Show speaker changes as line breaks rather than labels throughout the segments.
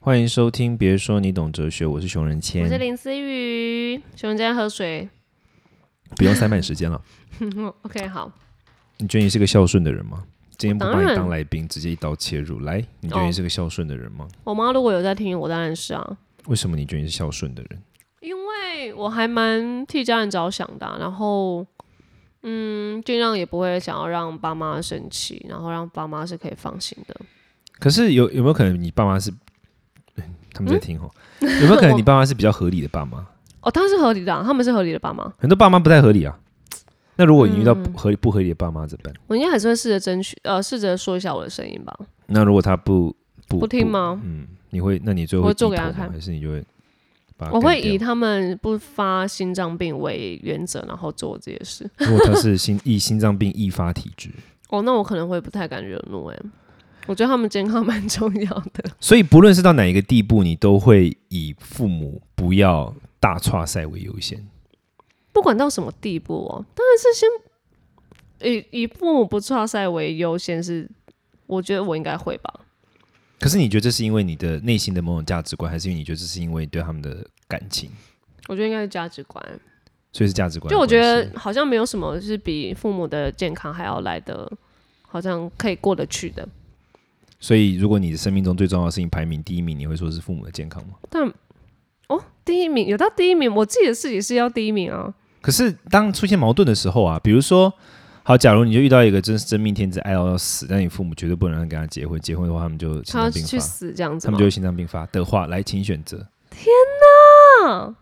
欢迎收听，别说你懂哲学，我是熊仁谦，
我是林思雨，熊仁谦喝水。嗯
不用塞满时间了。
OK，好，
你觉得你是个孝顺的人吗？今天不
我
把
当
你
然哦
当来宾，直接一刀切入。来，你觉得你是个孝顺的人吗？
我妈如果有在听，我当然是啊，
为什么你觉得你是孝顺的人？
因为我还蛮替家人着想的啊、然后嗯，尽量也不会想要让爸妈生气，然后让爸妈是可以放心的。
可是有有没有可能你爸妈是？他们在听哦，
嗯
有没有可能你爸妈是比较合理的爸妈？
哦，当然是合理的啊、他们是合理的爸妈，
很多爸妈不太合理啊。那如果你遇
嗯
到不合理不合理的爸妈怎么办？
我应该还是会试着争取，呃，试着说一下我的声音吧。
那如果他不不
不听吗？
嗯，你会？那你最后
我
会
会做
低
给他
头吗
看
还是你就会把他
我会
啊干掉
以他们不发心脏病为原则，然后做这些事。
如果他是心易心脏病易发体质，
哦，那我可能会不太敢惹怒哎、我觉得他们健康蛮重要的。
所以不论是到哪一个地步，你都会以父母不要大岔赛为优先。
不管到什么地步哦，当然是先以以父母不差赛为优先是，我觉得我应该会吧。
可是你觉得这是因为你的内心的某种价值观，还是因为你觉得这是因为你对他们的感情？
我觉得应该是价值观，
所以是价值观的
就我
关系。
觉得好像没有什么是比父母的健康还要来的，好像可以过得去的。
所以如果你的生命中最重要的事情排名第一名，你会说是父母的健康吗？
但哦，第一名有到第一名，我自己的事情是要第一名啊。
可是当出现矛盾的时候啊，比如说，好，假如你就遇到一个真真命天子爱到要死，但你父母绝对不能让你跟他结婚，结婚的话他们就心
他要
脏病
去
发，
死这样子
他
吗
们就？会心脏病发的话，来，请选择。
啊，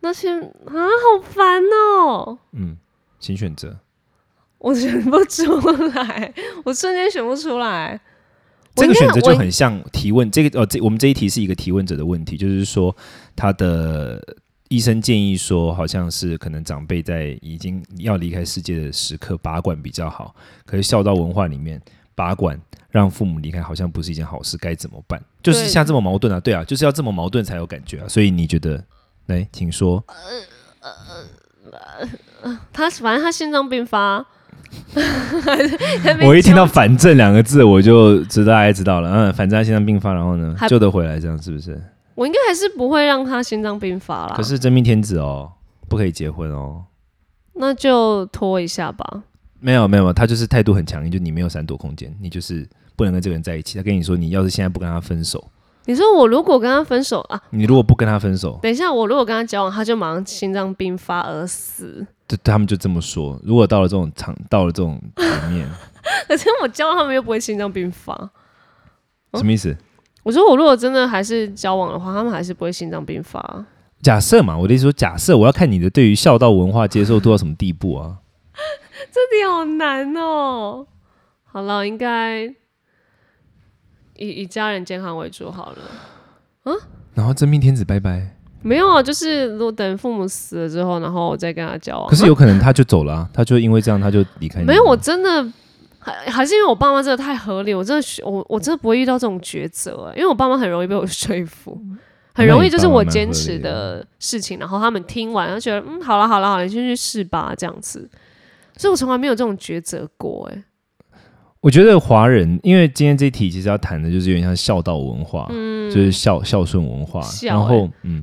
那些啊，好烦哦，
嗯，请选择。
我选不出来，我瞬间选不出来。我
这
应
个
该
选择
我
就
应
很像提问，这个哦，这我们这一题是一个提问者的问题，就是说他的医生建议说，好像是可能长辈在已经要离开世界的时刻拔管比较好，可是孝道文化里面拔管让父母离开好像不是一件好事，该怎么办？就是
对
像这么矛盾啊，对啊，就是要这么矛盾才有感觉啊，所以你觉得？来，请说。
他反正他心脏 病发，
我一听到“反正”两个字，我就知道大家知道了。嗯，反正他心脏病发，然后呢，
还
救得回来，这样是不是？
我应该还是不会让他心脏病发啦。
可是真命天子哦，不可以结婚哦。
那就拖一下吧。
没有没有，他就是态度很强硬，就你没有闪躲空间，你就是不能跟这个人在一起。他跟你说，你要是现在不跟他分手，
你说我如果跟他分手啊，
你如果不跟他分手，
等一下我如果跟他交往，他就马上心脏病发而死，
就他们就这么说。如果到了这种场，到了这种局面，
可是我交往他们又不会心脏病发。
什么意思？
我说我如果真的还是交往的话，他们还是不会心脏病发。
假设嘛，我的意思说，假设我要看你的对于孝道文化接受度到什么地步啊？
这题好难哦。好了，应该以以家人健康为主好了。
然后真命天子拜拜，
没有啊，就是如果等父母死了之后，然后我再跟他交往。
可是有可能他就走了、啊，他就因为这样他就离开你了。
没有，我真的还还是因为我爸妈真的太合理，我真的学我我真的不会遇到这种抉择、欸因为我爸妈很容易被我说服，
嗯
很容易就是我坚持的事情，然后他们听完，然后觉得嗯，好了好了好了，你先去试吧这样子，所以我从来没有这种抉择过、哎，
我觉得华人，因为今天这一题其实要谈的就是有点像孝道文化，就是孝孝顺文化。
嗯孝哎
然后，嗯，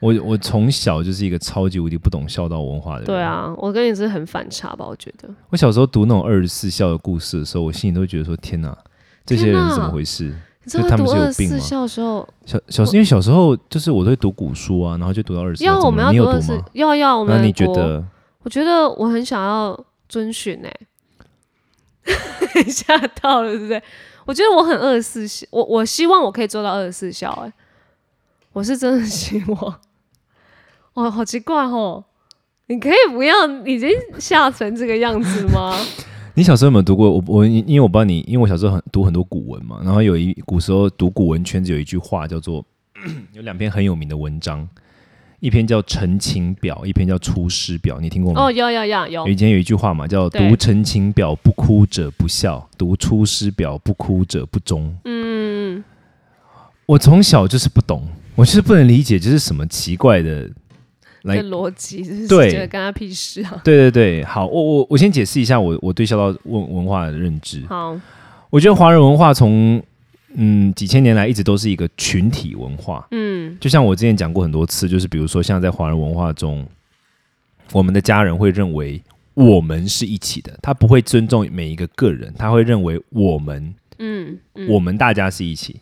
我我从小就是一个超级无敌不懂孝道文化的人。
对，啊，我跟你是很反差吧，我觉得。
我小时候读那种二十四孝的故事的时候，我心里都会觉得说：天哪，这些
天
人
哪
怎么回事？
你知道
他
读
们是有
二
病吗
四校的时候，
小小因为小时候就是我都会读古书啊，然后就读到二十四。
要我
怎么了
们要
你有
读二四
吗？，
要要我们
那你觉
国
得？
我觉得我很想要遵循哎、欸， 吓到了对不对？我觉得我很二十四孝，我我希望我可以做到二十四孝哎、我是真的希望。 哇，好奇怪哦！你可以不要已经吓成这个样子吗？
你小时候有没有读过？我我因因为我不知道你，因为我小时候很读很多古文嘛，然后有一古时候读古文圈子有一句话叫做， 有两篇很有名的文章，一篇叫《陈情表》，一篇叫《出师表》，你听过吗？
哦，有有有有
有，以前有一句话嘛，叫“
对
读陈情表不哭者不孝，读出师表不哭者不忠”。
嗯，
我从小就是不懂，我就是不能理解这是什么奇怪的来
这逻辑就是
对
觉得干他屁事啊！
对对对，好，我我我先解释一下我我对孝道文文化的认知。
好，
我觉得华人文化从嗯几千年来一直都是一个群体文化。
嗯
就像我之前讲过很多次，就是比如说像在华人文化中，我们的家人会认为我们是一起的，他不会尊重每一个个人，他会认为我们
嗯嗯，
我们大家是一起，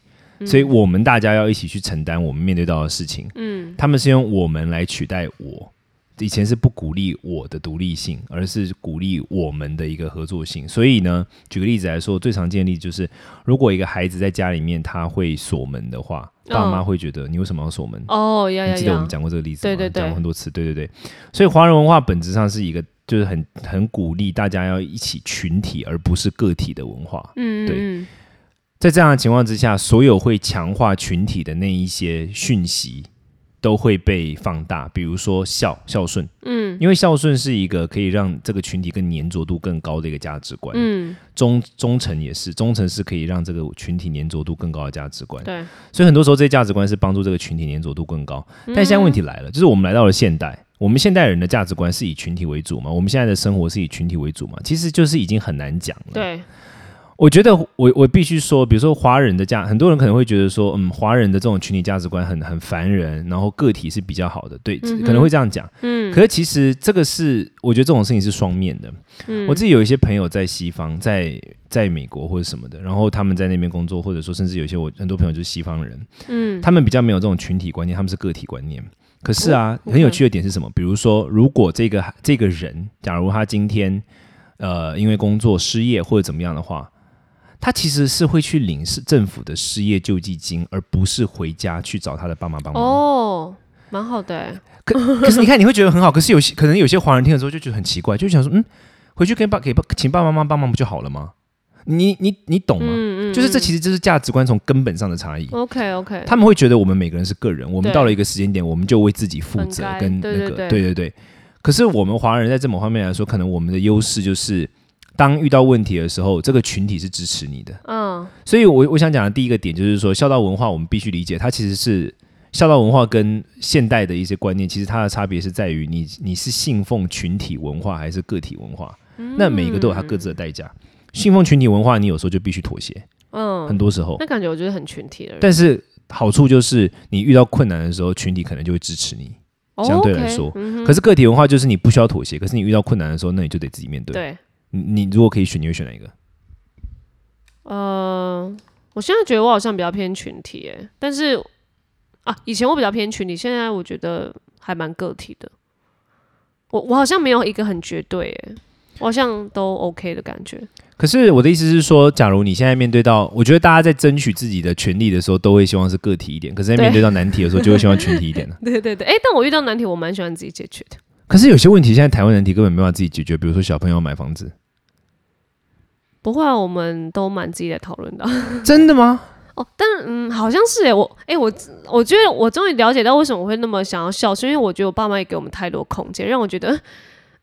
所以我们大家要一起去承担我们面对到的事情。
嗯
他们是用我们来取代我。以前是不鼓励我的独立性，而是鼓励我们的一个合作性。所以呢，举个例子来说，最常见的例子就是，如果一个孩子在家里面他会锁门的话，爸妈
嗯
会觉得你为什么要锁门？
哦呀
你
呀
记得我
呀
们，讲过这个例子吗？
对对对
讲过很多次，对对对。所以华人文化本质上是一个，就是很很鼓励大家要一起群体，而不是个体的文化。
嗯
对
嗯
在这样的情况之下，所有会强化群体的那一些讯息都会被放大，比如说孝孝顺，
嗯
因为孝顺是一个可以让这个群体更粘着度更高的一个价值观。
嗯，
忠忠诚也是，忠诚是可以让这个群体粘着度更高的价值观。
对，
所以很多时候，这些价值观是帮助这个群体粘着度更高。但现在问题
嗯
来了，就是我们来到了现代，我们现代人的价值观是以群体为主嘛？我们现在的生活是以群体为主嘛？其实就是已经很难讲了。
对，
我觉得我我必须说，比如说华人的价，很多人可能会觉得说，嗯，华人的这种群体价值观很很烦人，然后个体是比较好的，对，
嗯哼
可能会这样讲。
嗯
可是其实这个是，我觉得这种事情是双面的。
嗯，
我自己有一些朋友在西方，在在美国或者什么的，然后他们在那边工作，或者说甚至有一些我很多朋友就是西方人，
嗯
他们比较没有这种群体观念，他们是个体观念。可是啊，
哦
很有趣的点是什么？比如说，如果这个这个人，假如他今天呃因为工作失业或者怎么样的话，他其实是会去领是政府的失业救济金，而不是回家去找他的爸妈帮忙。
哦，蛮好的欸，
可 可是你看，你会觉得很好，可是有些可能有些华人听了之后就觉得很奇怪，就想说，嗯，回去跟爸给爸请爸爸妈妈帮忙不就好了吗？你你你懂吗？
嗯嗯，
就是这其
实
实就是价值观从根本上的差异。
OK OK，
他们会觉得我们每个人是个人，我们
对
到了一个时间点，我们就为自己负责
本该
跟那
对
个，
对对
对对。可是我们华人在这某方面来说，可能我们的优势就是，当遇到问题的时候，这个群体是支持你的。
嗯
所以我我想讲的第一个点就是说，孝道文化我们必须理解，它其实是孝道文化跟现代的一些观念，其实它的差别是在于你你是信奉群体文化还是个体文化，
嗯
那每一个都有它各自的代价。信奉群体文化，你有时候就必须妥协，很
嗯，
多时候。
那感觉我觉得很群体的人，
但是好处就是，你遇到困难的时候，群体可能就会支持你。
哦
相对
OK，
来说
嗯哼
可是个体文化就是你不需要妥协，可是你遇到困难的时候，那你就得自己面对。
对，
你你如果可以选，你会选哪一个？
呃，我现在觉得我好像比较偏群体，哎，但是啊，以前我比较偏群体，现在我觉得还蛮个体的。我我好像没有一个很绝对，哎，我好像都 OK 的感觉。
可是我的意思是说，假如你现在面对到，我觉得大家在争取自己的权利的时候，都会希望是个体一点，可是在
对。
面对到难题的时候，就会希望群体一点了
对对对，哎、但我遇到难题，我蛮喜欢自己解决的。
可是有些问题，现在台湾难题根本没办法自己解决，比如说小朋友买房子，
不会、啊，我们都蛮自己在讨论的。啊
真的吗？
哦，但嗯，好像是哎，我哎、我我觉得我终于了解到为什么我会那么想要孝顺，因为我觉得我爸妈也给我们太多空间，让我觉得，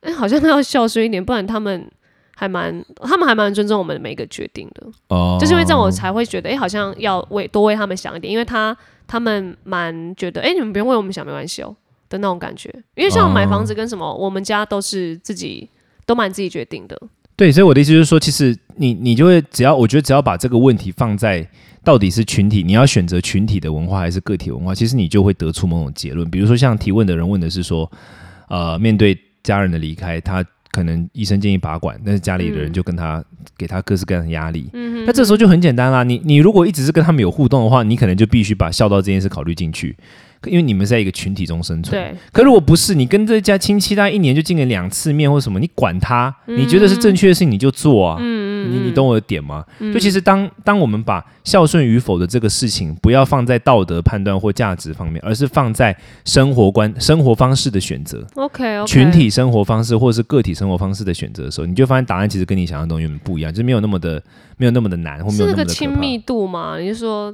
哎、好像都要孝顺一点，不然他们还蛮他们还蛮尊重我们的每一个决定的，
哦，
就是因为这样我才会觉得，哎、好像要为多为他们想一点，因为他他们蛮觉得，哎、你们不用为我们想，没关系哦的那种感觉，因为像买房
哦
子跟什么，我们家都是自己都蛮自己决定的，
对，所以我的意思就是说，其实你你就会只要我觉得只要把这个问题放在到底是群体，你要选择群体的文化还是个体文化，其实你就会得出某种结论。比如说像提问的人问的是说，呃，面对家人的离开，他可能医生建议拔管，但是家里的人
嗯
就跟他、给他各式各样的压力。
嗯
那这时候就很简单啦，你你如果一直是跟他们有互动的话，你可能就必须把孝道这件事考虑进去，因为你们是在一个群体中生存。
对，
可如果不是，你跟这家亲戚大概一年就见个两次面或什么，你管他，
嗯
你觉得是正确的事情你就做啊。你你懂我的点吗？就
嗯
其实当当我们把孝顺与否的这个事情，不要放在道德判断或价值方面，而是放在生活观、生活方式的选择。
，OK OK，
群体生活方式或是个体生活方式的选择的时候，你就发现答案其实跟你想象中原本不一样，就是没有那么的没有那么的难，或没
是
有
那
那么
个
的可
亲
怕。
密度吗？你是说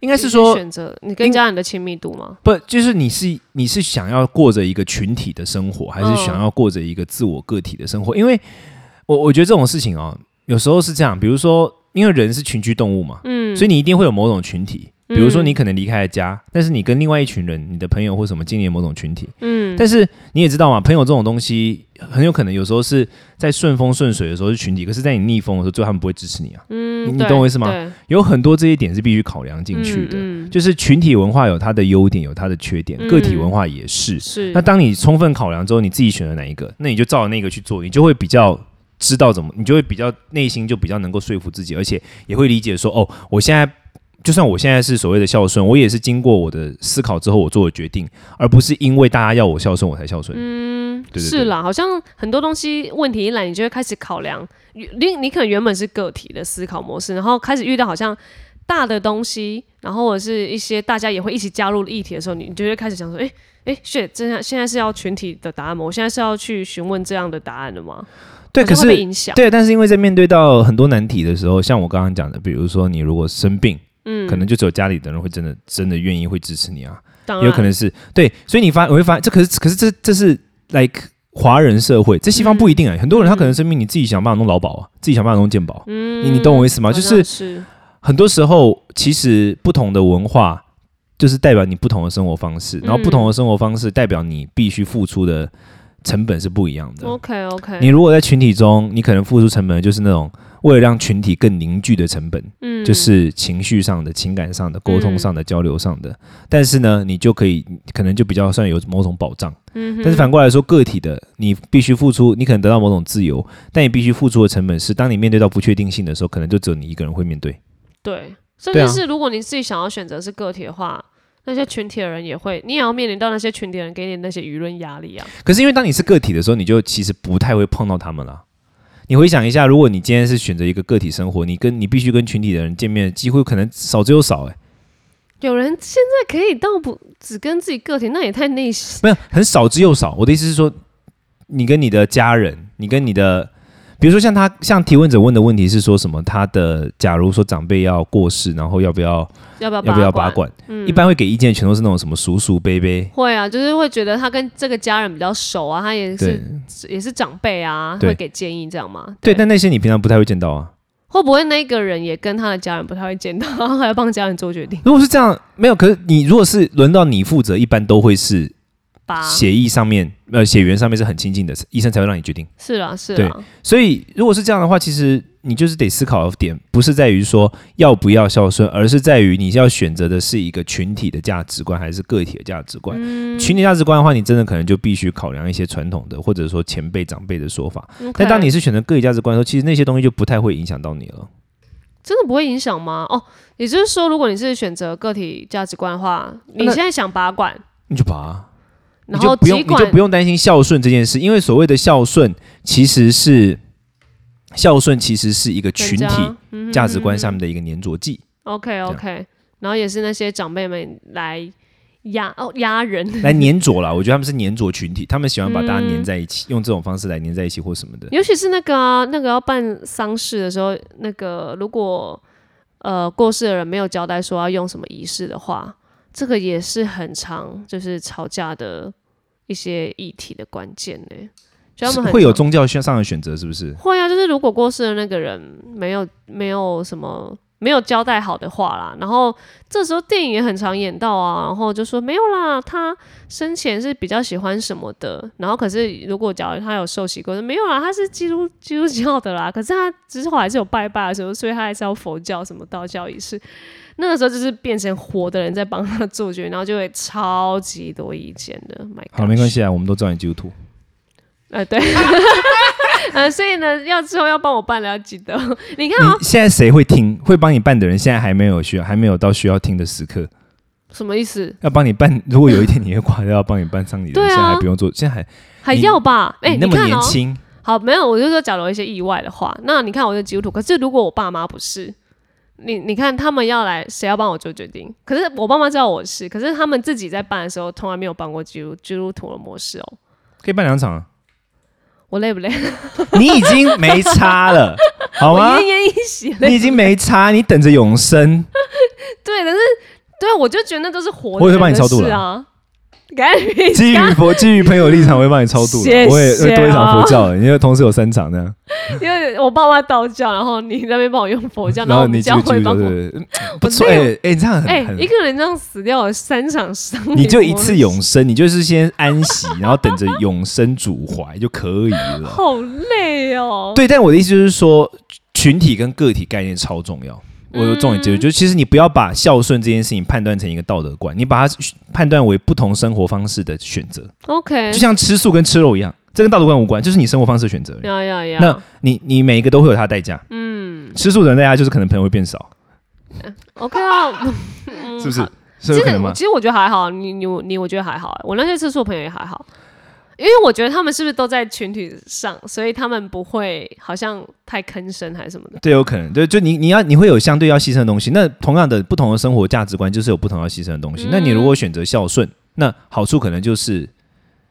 应该
还
是说，
选择你跟家人的亲密度吗？
不，就是你是你是想要过着一个群体的生活，
嗯
还是想要过着一个自我个体的生活？因为我我觉得这种事情哦，有时候是这样，比如说，因为人是群居动物嘛，
嗯，
所以
以
你一定会有某种群体。比如说，
嗯
你可能离开了家，但是你跟另外一群人，你的朋友或什么建立了某种群体。
嗯，
但是你也知道嘛，朋友这种东西很有可能有时候是在顺风顺水的时候是群体，可是在你逆风的时候，最后他们不会支持你啊。
嗯，
你
对
懂我意思吗
对
有很多这些点是必须考量进去的。
嗯嗯
就是群体文化有它的优点，有它的缺点，
嗯
个体文化也是。
是
那当你充分考量之后，你自己选了哪一个，那你就照那个去做，你就会比较知道怎么，你就会比较内心就比较能够说服自己，而且也会理解说，哦，我现在就算我现在是所谓的孝顺，我也是经过我的思考之后我做的决定，而不是因为大家要我孝顺我才孝顺。
嗯，
对对
是
对
啦，好像很多东西问题一来，你就会开始考量，你你可能原本是个体的思考模式，然后开始遇到好像大的东西，然后或者是一些大家也会一起加入的议题的时候，你你就会开始想说，哎、哎、s h i t 这样现在是要群体的答案吗？我现在是要去询问这样的答案的吗？
对，
好像
可
会被
是
影响，
对，但是因为在面对到很多难题的时候，像我刚刚讲的，比如说你如果生病，
嗯，
可能就只有家里的人会真的真的愿意会支持你啊。
当
也有可能是对，所以你发我会发现，这可是可是这这是 like 华人社会，这西方不一定啊、很多人他可能生病，你自己想办法弄劳保啊，自己想办法弄健保，
嗯，
你你懂我意思吗？
好
就
像
是
是
很多时候其实不同的文化就是代表你不同的生活方式，然后不同的生活方式代表你必须付出的成本是不一样的。
OK OK，
嗯你如果在群体中，你可能付出成本就是那种为了让群体更凝聚的成本，
嗯
就是情绪上的、情感上的、沟通上的、交流上的。但是呢，你就可以可能就比较算有某种保障。
嗯哼
但是反过来说，个体的你必须付出，你可能得到某种自由，但你必须付出的成本是，当你面对到不确定性的时候，可能就只有你一个人会面对。
对，甚
对
至
啊
是如果你自己想要选择是个体的话，那些群体的人也会，你也要面临到那些群体的人给你的那些舆论压力啊。
可是因为当你是个体的时候，你就其实不太会碰到他们了。你回想一下，如果你今天是选择一个个体生活，你跟你必须跟群体的人见面，机会可能少之又少、欸，
有人现在可以到不只跟自己个体，那也太内心。
没有，很少之又少。我的意思是说，你跟你的家人，你跟你的，比如说像他，像提问者问的问题是说什么？他的假如说长辈要过世，然后要不要
要不要
要不要拔
管？
管？一般会给意见，全都是那种什么叔叔伯伯。
会啊，就是会觉得他跟这个家人比较熟啊，他也
对
是也是长辈啊，
对
会给建议这样吗？
对，但那些你平常不太会见到啊。
会不会那个人也跟他的家人不太会见到， 然后还要帮家人做决定？
如果是这样，没有。可是你如果是轮到你负责，一般都会是
吧，
血议上面，呃，血缘上面是很亲近的，医生才会让你决定。
是啦是
对
啦，
所以，如果是这样的话，其实你就是得思考的点，不是在于说要不要孝顺，而是在于你要选择的是一个群体的价值观还是个体的价值观。
嗯
群体价值观的话，你真的可能就必须考量一些传统的或者说前辈长辈的说法。
OK
但当你是选择个体价值观的时候，其实那些东西就不太会影响到你了。
真的不会影响吗？哦，也就是说，如果你是选择个体价值观的话，你
那
现在想拔管，
你就把它你
啊然
就
后
不用
只
你就
管
不用担心孝顺这件事，因为所谓的孝顺其实是孝顺其实是一个群体
体
价值观
嗯
上面的一个粘着剂。
OK OK，然后也是那些长辈们来压哦 压人，
来粘着啦，我觉得他们是粘着群体，他们喜欢把大家
嗯
粘在一起，用这种方式来粘在一起或什么的。
尤其是那个啊、那个要办丧事的时候，那个如果呃过世的人没有交代说要用什么仪式的话，这个也是很常就是吵架的一些议题的关键呢、所以他
是
们很
会有
常
宗教上的选择，是不是？
会啊，就是如果过世的那个人没有没有什么没有交代好的话啦，然后这时候电影也很常演到啊，然后就说没有啦，他生前是比较喜欢什么的，然后可是如果假如他有受洗过，就没有啦，他是基督基督教的啦，可是他之后还是有拜拜的时候，所以他还是要佛教什么道教仪式。那个时候就是变成活的人在帮他做决定，然后就会超级多意见的。My God，
好，没关系啊，我们都知道你基督徒。
呃， 对，呃，所以呢，要之后要帮我办了，要记得。 你看啊、
你现在谁会听？会帮你办的人，现在还没有需要，还没有到需要听的时刻。
什么意思？
要帮你办， 如果有一天你会挂掉，要帮你办丧礼的人，
对
现
啊
在还不用做，现在还
还
你
要吧？哎、
你
你
那么
看
年
哦，
轻，
好，没有，我就说，假如有一些意外的话，那你看我就基督徒，可是如果我爸妈不是，你你看他们要来，谁要帮我做决定？可是我爸妈知道我是，可是他们自己在办的时候，从来没有办过基督基督徒的模式哦。
可以办两场啊，
我累不累？
你已经没差了，好
我
吗
奄？奄一息
你
累。
已经没差，你等着永生。
对，可是对，我就觉得那都是活的
我也会
人
帮你
的
超度
事
了
啊。 赶紧闭
基于 佛基于朋友立场，我会帮你超度的。
谢谢
我也会多一场
哦
佛教的，因为同时有三场那样，
因为我爸妈道教，然后你在那边帮我用佛教，
然
后
后
我们
你基
教
督
会
对
帮我。
对，对不错
我没有
哎哎，这样
哎、
很很
一个人这样死掉了三场伤，
你就一次，永生，你就是先安息，然后等着永生主怀就可以了。
好累哦。
对，但我的意思就是说，群体跟个体概念超重要。我有重点记住，
嗯
就是其实你不要把孝顺这件事情判断成一个道德观，你把它判断为不同生活方式的选择，
，OK，
就像吃素跟吃肉一样，这跟道德观无关，就是你生活方式的选择而已。
要要要，
那你你每一个都会有它的代价，
嗯
吃素的人代价就是可能朋友会变少，
，OK 啊，
是不是？是有
这
可能
个
吗
我？其实我觉得还好，你你我你我觉得还好，我那些吃素朋友也还好，因为我觉得他们是不是都在群体上，所以他们不会好像太吭声还是什么的。
对，有可能，对，就你你要你会有相对要牺牲的东西。那同样的，不同的生活价值观就是有不同要牺牲的东西。那你如果选择孝顺，那好处可能就是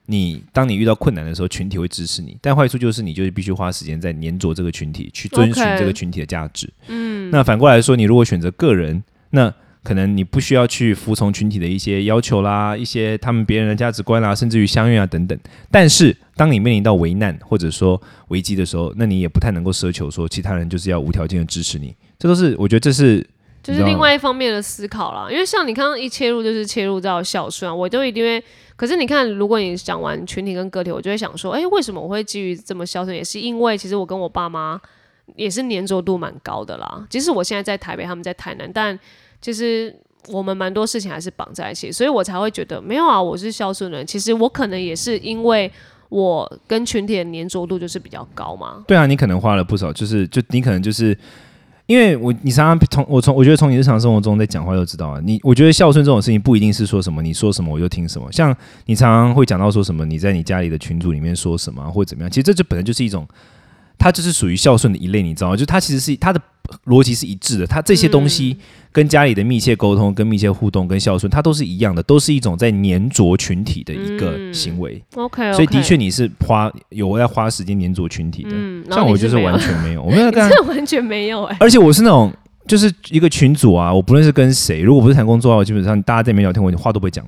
你当你遇到困难的时候，群体会支持你；但坏处就是你就是必须花时间在粘着这个群体，去遵循
OK
这个群体的价值。嗯，那反过来说，你如果选择个人，那可能你不需要去服从群体的一嗯些要求啦，一些他们别人的价值观啦，甚至于相怨啊等等。但是，当你面临到危难或者说危机的时候，那你也不太能够奢求说其他人就是要无条件的支持你。这都是我觉得这是
就
你
是
知道
另
吗
外一方面的思考啦，因为像你刚刚一切入就是切入到孝顺啊，我就一定会。可是你看，如果你讲完群体跟个体，我就会想说，哎、为什么我会基于这么孝顺？也是因为其实我跟我爸妈也是粘着度蛮高的啦。即使我现在在台北，他们在台南，但其实我们蛮多事情还是绑在一起，所以我才会觉得没有啊，我是孝顺人。其实我可能也是因为我跟群体的粘着度就是比较高嘛。
对啊，你可能花了不少，就是就你可能就是。因为我你常常从我从我觉得从你日常生活中在讲话就知道啊，你我觉得孝顺这种事情不一定是说什么你说什么我就听什么，像你常常会讲到说什么你在你家里的群组里面说什么啊或者怎么样，其实这就本来就是一种，它就是属于孝顺的一类，你知道吗？就它其实是它的逻辑是一致的，它这些东西
嗯
跟家里的密切沟通、跟密切互动、跟孝顺，它都是一样的，都是一种在粘着群体的一个
嗯
行为。
OK，,
所以的确，你是花有要花时间黏着群体的，
嗯然后
像
你
我
是
就是
没有
完 全没有，我没有干，
这完全没有哎、
而且我是那种就是一个群组啊，我不论是跟谁，如果不是谈工作的话，我基本上大家在里面聊天，我话都不会讲，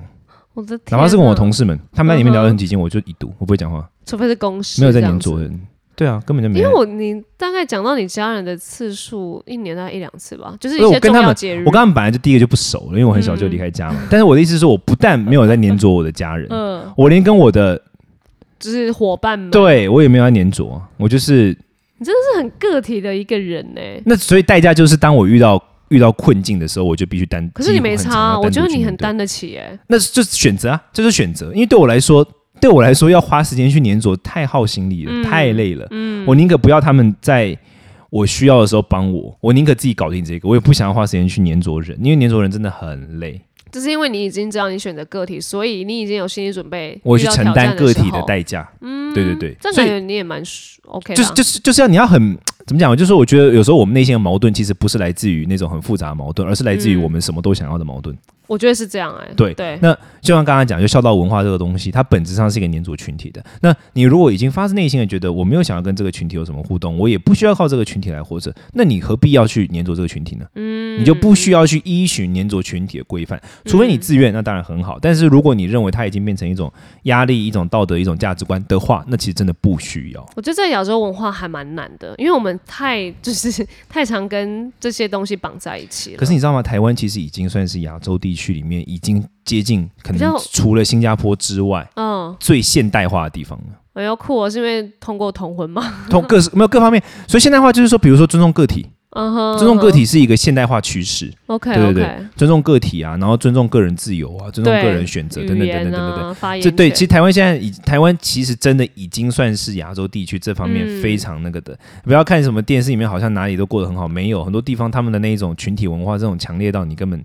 我的天、
哪
啊，
怕是跟我同事们，他们在里面聊得很
嗯哼
起劲，我就已读，我不会讲话，
除非是公司
没有在
这样
黏
子
着人，对啊，根本就没
因为
有。
我你大概讲到你家人的次数，一年大概一两次吧，就是
因为
一
我
些
跟
重
他
要
们
节
我
日。
跟他们本来就第一个就不熟了，因为我很小就
嗯
离开家嘛。但是我的意思是我不但没有在黏着我的家人，
嗯、
我连跟我的
就是伙伴们，
对我也没有在黏着，啊我就是
这是很个体的一个人呢、欸
那所以代价就是，当我遇到遇到困境的时候，我就必须单。
可是你没
几乎很
差
常
啊，
要
我
独
觉得你
去
很
面对。
担得起哎、
那是就是选择啊，这就是选择。因为对我来说，对我来说要花时间去粘着，太耗心力了，
嗯
太累了。我宁可不要他们在我需要的时候帮我，我宁可自己搞定这个，我也不想要花时间去粘着人，因为粘着人真的很累。
这是因为你已经知道你选择个体，所以你已经有心理准备，
我去承担个体
的
的
时候。
代价。嗯，对对对，
这样
所
感
以
觉你也蛮 OK 的
就
啊、
是就是就是要你要很怎么讲？就是说，我觉得有时候我们内心的矛盾其实不是来自于那种很复杂的矛盾，而是来自于
嗯
我们什么都想要的矛盾。
我觉得是这样哎、
对
对，
那就像刚刚讲，就孝道文化这个东西，它本质上是一个黏着群体的。那你如果已经发自内心的觉得我没有想要跟这个群体有什么互动，我也不需要靠这个群体来活着，那你何必要去黏着这个群体呢？嗯，你就不需要去依循黏着群体的规范，除
嗯
非你自愿，那当然很好。但是如果你认为它已经变成一种压力、一种道德、一种价值观的话，那其实真的不需要。
我觉得在亚洲文化还蛮难的，因为我们太就是 太常跟这些东西绑在一起了。
可是你知道吗？台湾其实已经算是亚洲地区里面已经接近可
比较
能除了新加坡之外
嗯，
最现代化的地方了。
我要酷我是因为通过同婚嘛，
同各没有各方面，所以现代化就是说，比如说尊重个体，
嗯哼，
尊重个体是一个现代化趋势，
，OK
对
OK，
对对尊重个体啊，然后尊重个人自由啊，尊重
对
个人选择等等
语
等
言
等等等等。
啊，发言
这对，
权
其实台湾现在已台湾其实真的已经算是亚洲地区这方面
嗯
非常那个的。不要看什么电视里面好像哪里都过得很好，没有很多地方他们的那一种群体文化，这种强烈到你根本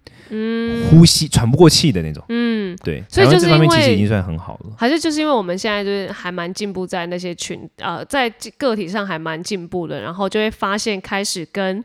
呼吸、喘不过气的那种。
嗯，
对，
所以
台湾
就
这
是
方面
因为
其实已经算很好了。
还是就是因为我们现在就是还蛮进步，在那些群呃，在个体上还蛮进步的，然后就会发现开始跟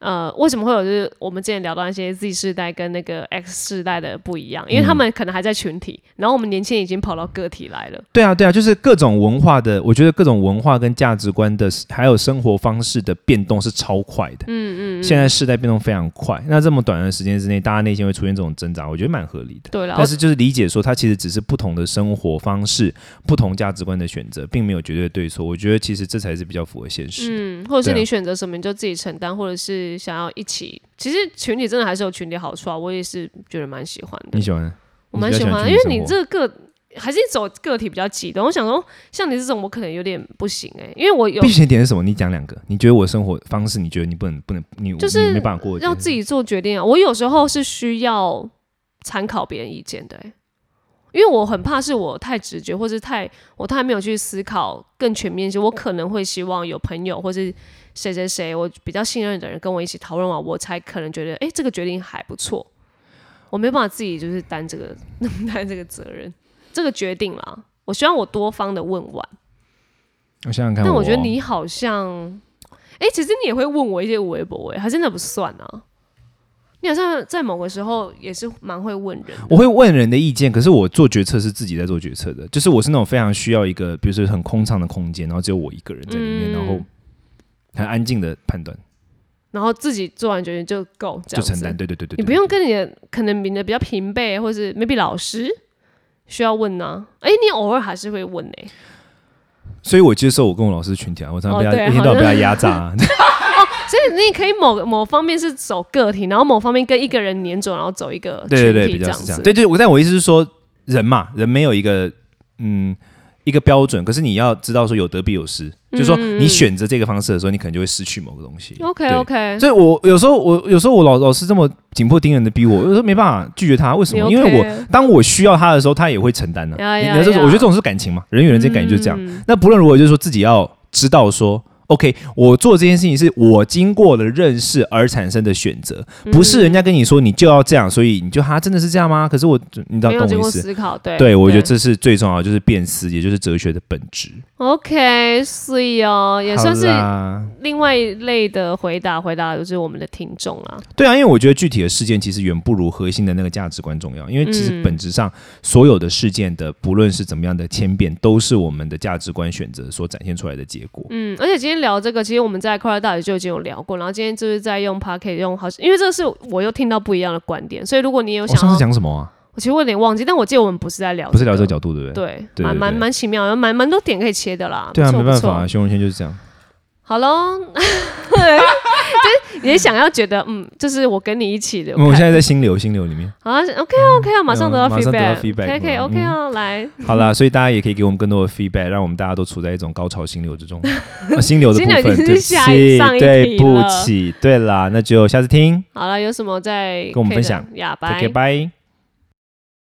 呃，为什么会有就是我们之前聊到那些 Z 世代跟那个 X 世代的不一样，
嗯
因为他们可能还在群体，然后我们年轻人已经跑到个体来了。
对啊，对啊，就是各种文化的，我觉得各种文化跟价值观的，还有生活方式的变动是超快的。嗯嗯现在世代变动非常快，那这么短的时间之内，大家内心会出现这种挣扎，我觉得蛮合理的。
对了，
但是就是理解说，它其实只是不同的生活方式、不同价值观的选择，并没有绝对对错。我觉得其实这才是比较符合现实。
嗯，或者是
对啊
你选择什么你就自己承担，或者是想要一起。其实群体真的还是有群体好处啊，我也是觉得蛮喜欢的
你。喜欢？
我蛮喜
你比较
欢的，
喜
因
欢群
为
体
你
生
这个还是走个体比较极端。我想说，像你这种，我可能有点不行哎、因为我有
必选点是什么？你讲两个。你觉得我生活方式，你觉得你不能不能，你
就是
你没办法过，
让自己做决定啊。我有时候是需要参考别人意见的、欸，因为我很怕是我太直觉，或是太我太没有去思考更全面性。我可能会希望有朋友或是谁谁谁，我比较信任的人跟我一起讨论完，我才可能觉得，哎、这个决定还不错。我没办法自己就是担这个 担这个责任，这个决定啦。我希望我多方的问完，
我想想看
但我
哎我
觉得你好像，哎、其实你也会问我一些微博、哎，还真的不算啊。你好像在某个时候也是蛮会问人的，
我会问人的意见，可是我做决策是自己在做决策的，就是我是那种非常需要一个，比如说很空旷的空间，然后只有我一个人在里面，
嗯
然后很安静的判断，
然后自己做完决定就够这
就
样子。
承担。对对对对，
你
对
不用跟你的可能你的比较平辈，或是 maybe 老师需要问呢、哎、你偶尔还是会问呢、
所以我接受我跟我老师群体啊，我常常被他、
哦对
一天到晚被他
好像
压榨、啊，
所以你可以某某方面是走个体，然后某方面跟一个人黏着，然后走一个
对对对，
群
比
体
较
样
是这
子。
样。对对，我但我意思是说，人嘛，人没有一个嗯一个标准，可是你要知道说有得必有失，就是说
嗯嗯嗯
你选择这个方式的时候，你可能就会失去某个东西。
OK
对
OK，
所以我有时候我有时候我老老师这么紧迫盯人的逼我，有时候没办法拒绝他，为什么？
你
因
OK
为我当我需要他的时候，他也会承担呢、
呀
你
呀
你要这种
呀
我觉得这种是感情嘛，人与人之间感情就是这样。
嗯
那不论如何，就是说自己要知道说。OK，我做这件事情是我经过了认识而产生的选择，
嗯
不是人家跟你说你就要这样，所以你就哈真的是这样吗？可是我你知道
没有
懂
经
我
过
意思？
思考，对
对，我觉得这是最重要的，就是辨识，也就是哲学的本质。
OK，所以哦，也算是
好啦
另外一类的回答，回答就是我们的听众啊。
对啊，因为我觉得具体的事件其实远不如核心的那个价值观重要，因为其实
嗯
本质上所有的事件的不论是怎么样的千变，都是我们的价值观选择所展现出来的结果。
嗯，而且今天聊这个，其实我们在快乐大学就已经有聊过，然后今天就是在用 Pocket 用好，因为这是我又听到不一样的观点，所以如果你有
我
想
上
要，
次讲什么啊？
我其实我有点忘记，但我记得我们不是在聊、
不是聊这个，角度，对不对？
对，
对
蛮
对
蛮
对
蛮奇妙的，蛮蛮多点可以切的啦。
对啊，
不错
没办法、
不
啊，
错
熊文轩就是这样。
好喽， 就是也想要觉得，嗯，就是我跟你一起的
我，们现在在心流，心流里面。
好啊，OK 啊 OK 啊，马上得到
嗯马上得到 feedback 嗯
feedback，OK OK
嘛
OK 啊，来，
好啦，所以大家也可以给我们更多的 feedback，让我们大家都处在一种高潮心流之 中。啊心流的部
心流已
分，
经是
对不
下一
起
上一，
对
题
不
了
起，对啦，那就下次听
好了，有什么再
跟我们
可
分
以的
享
呀，拜
，OK，。拜。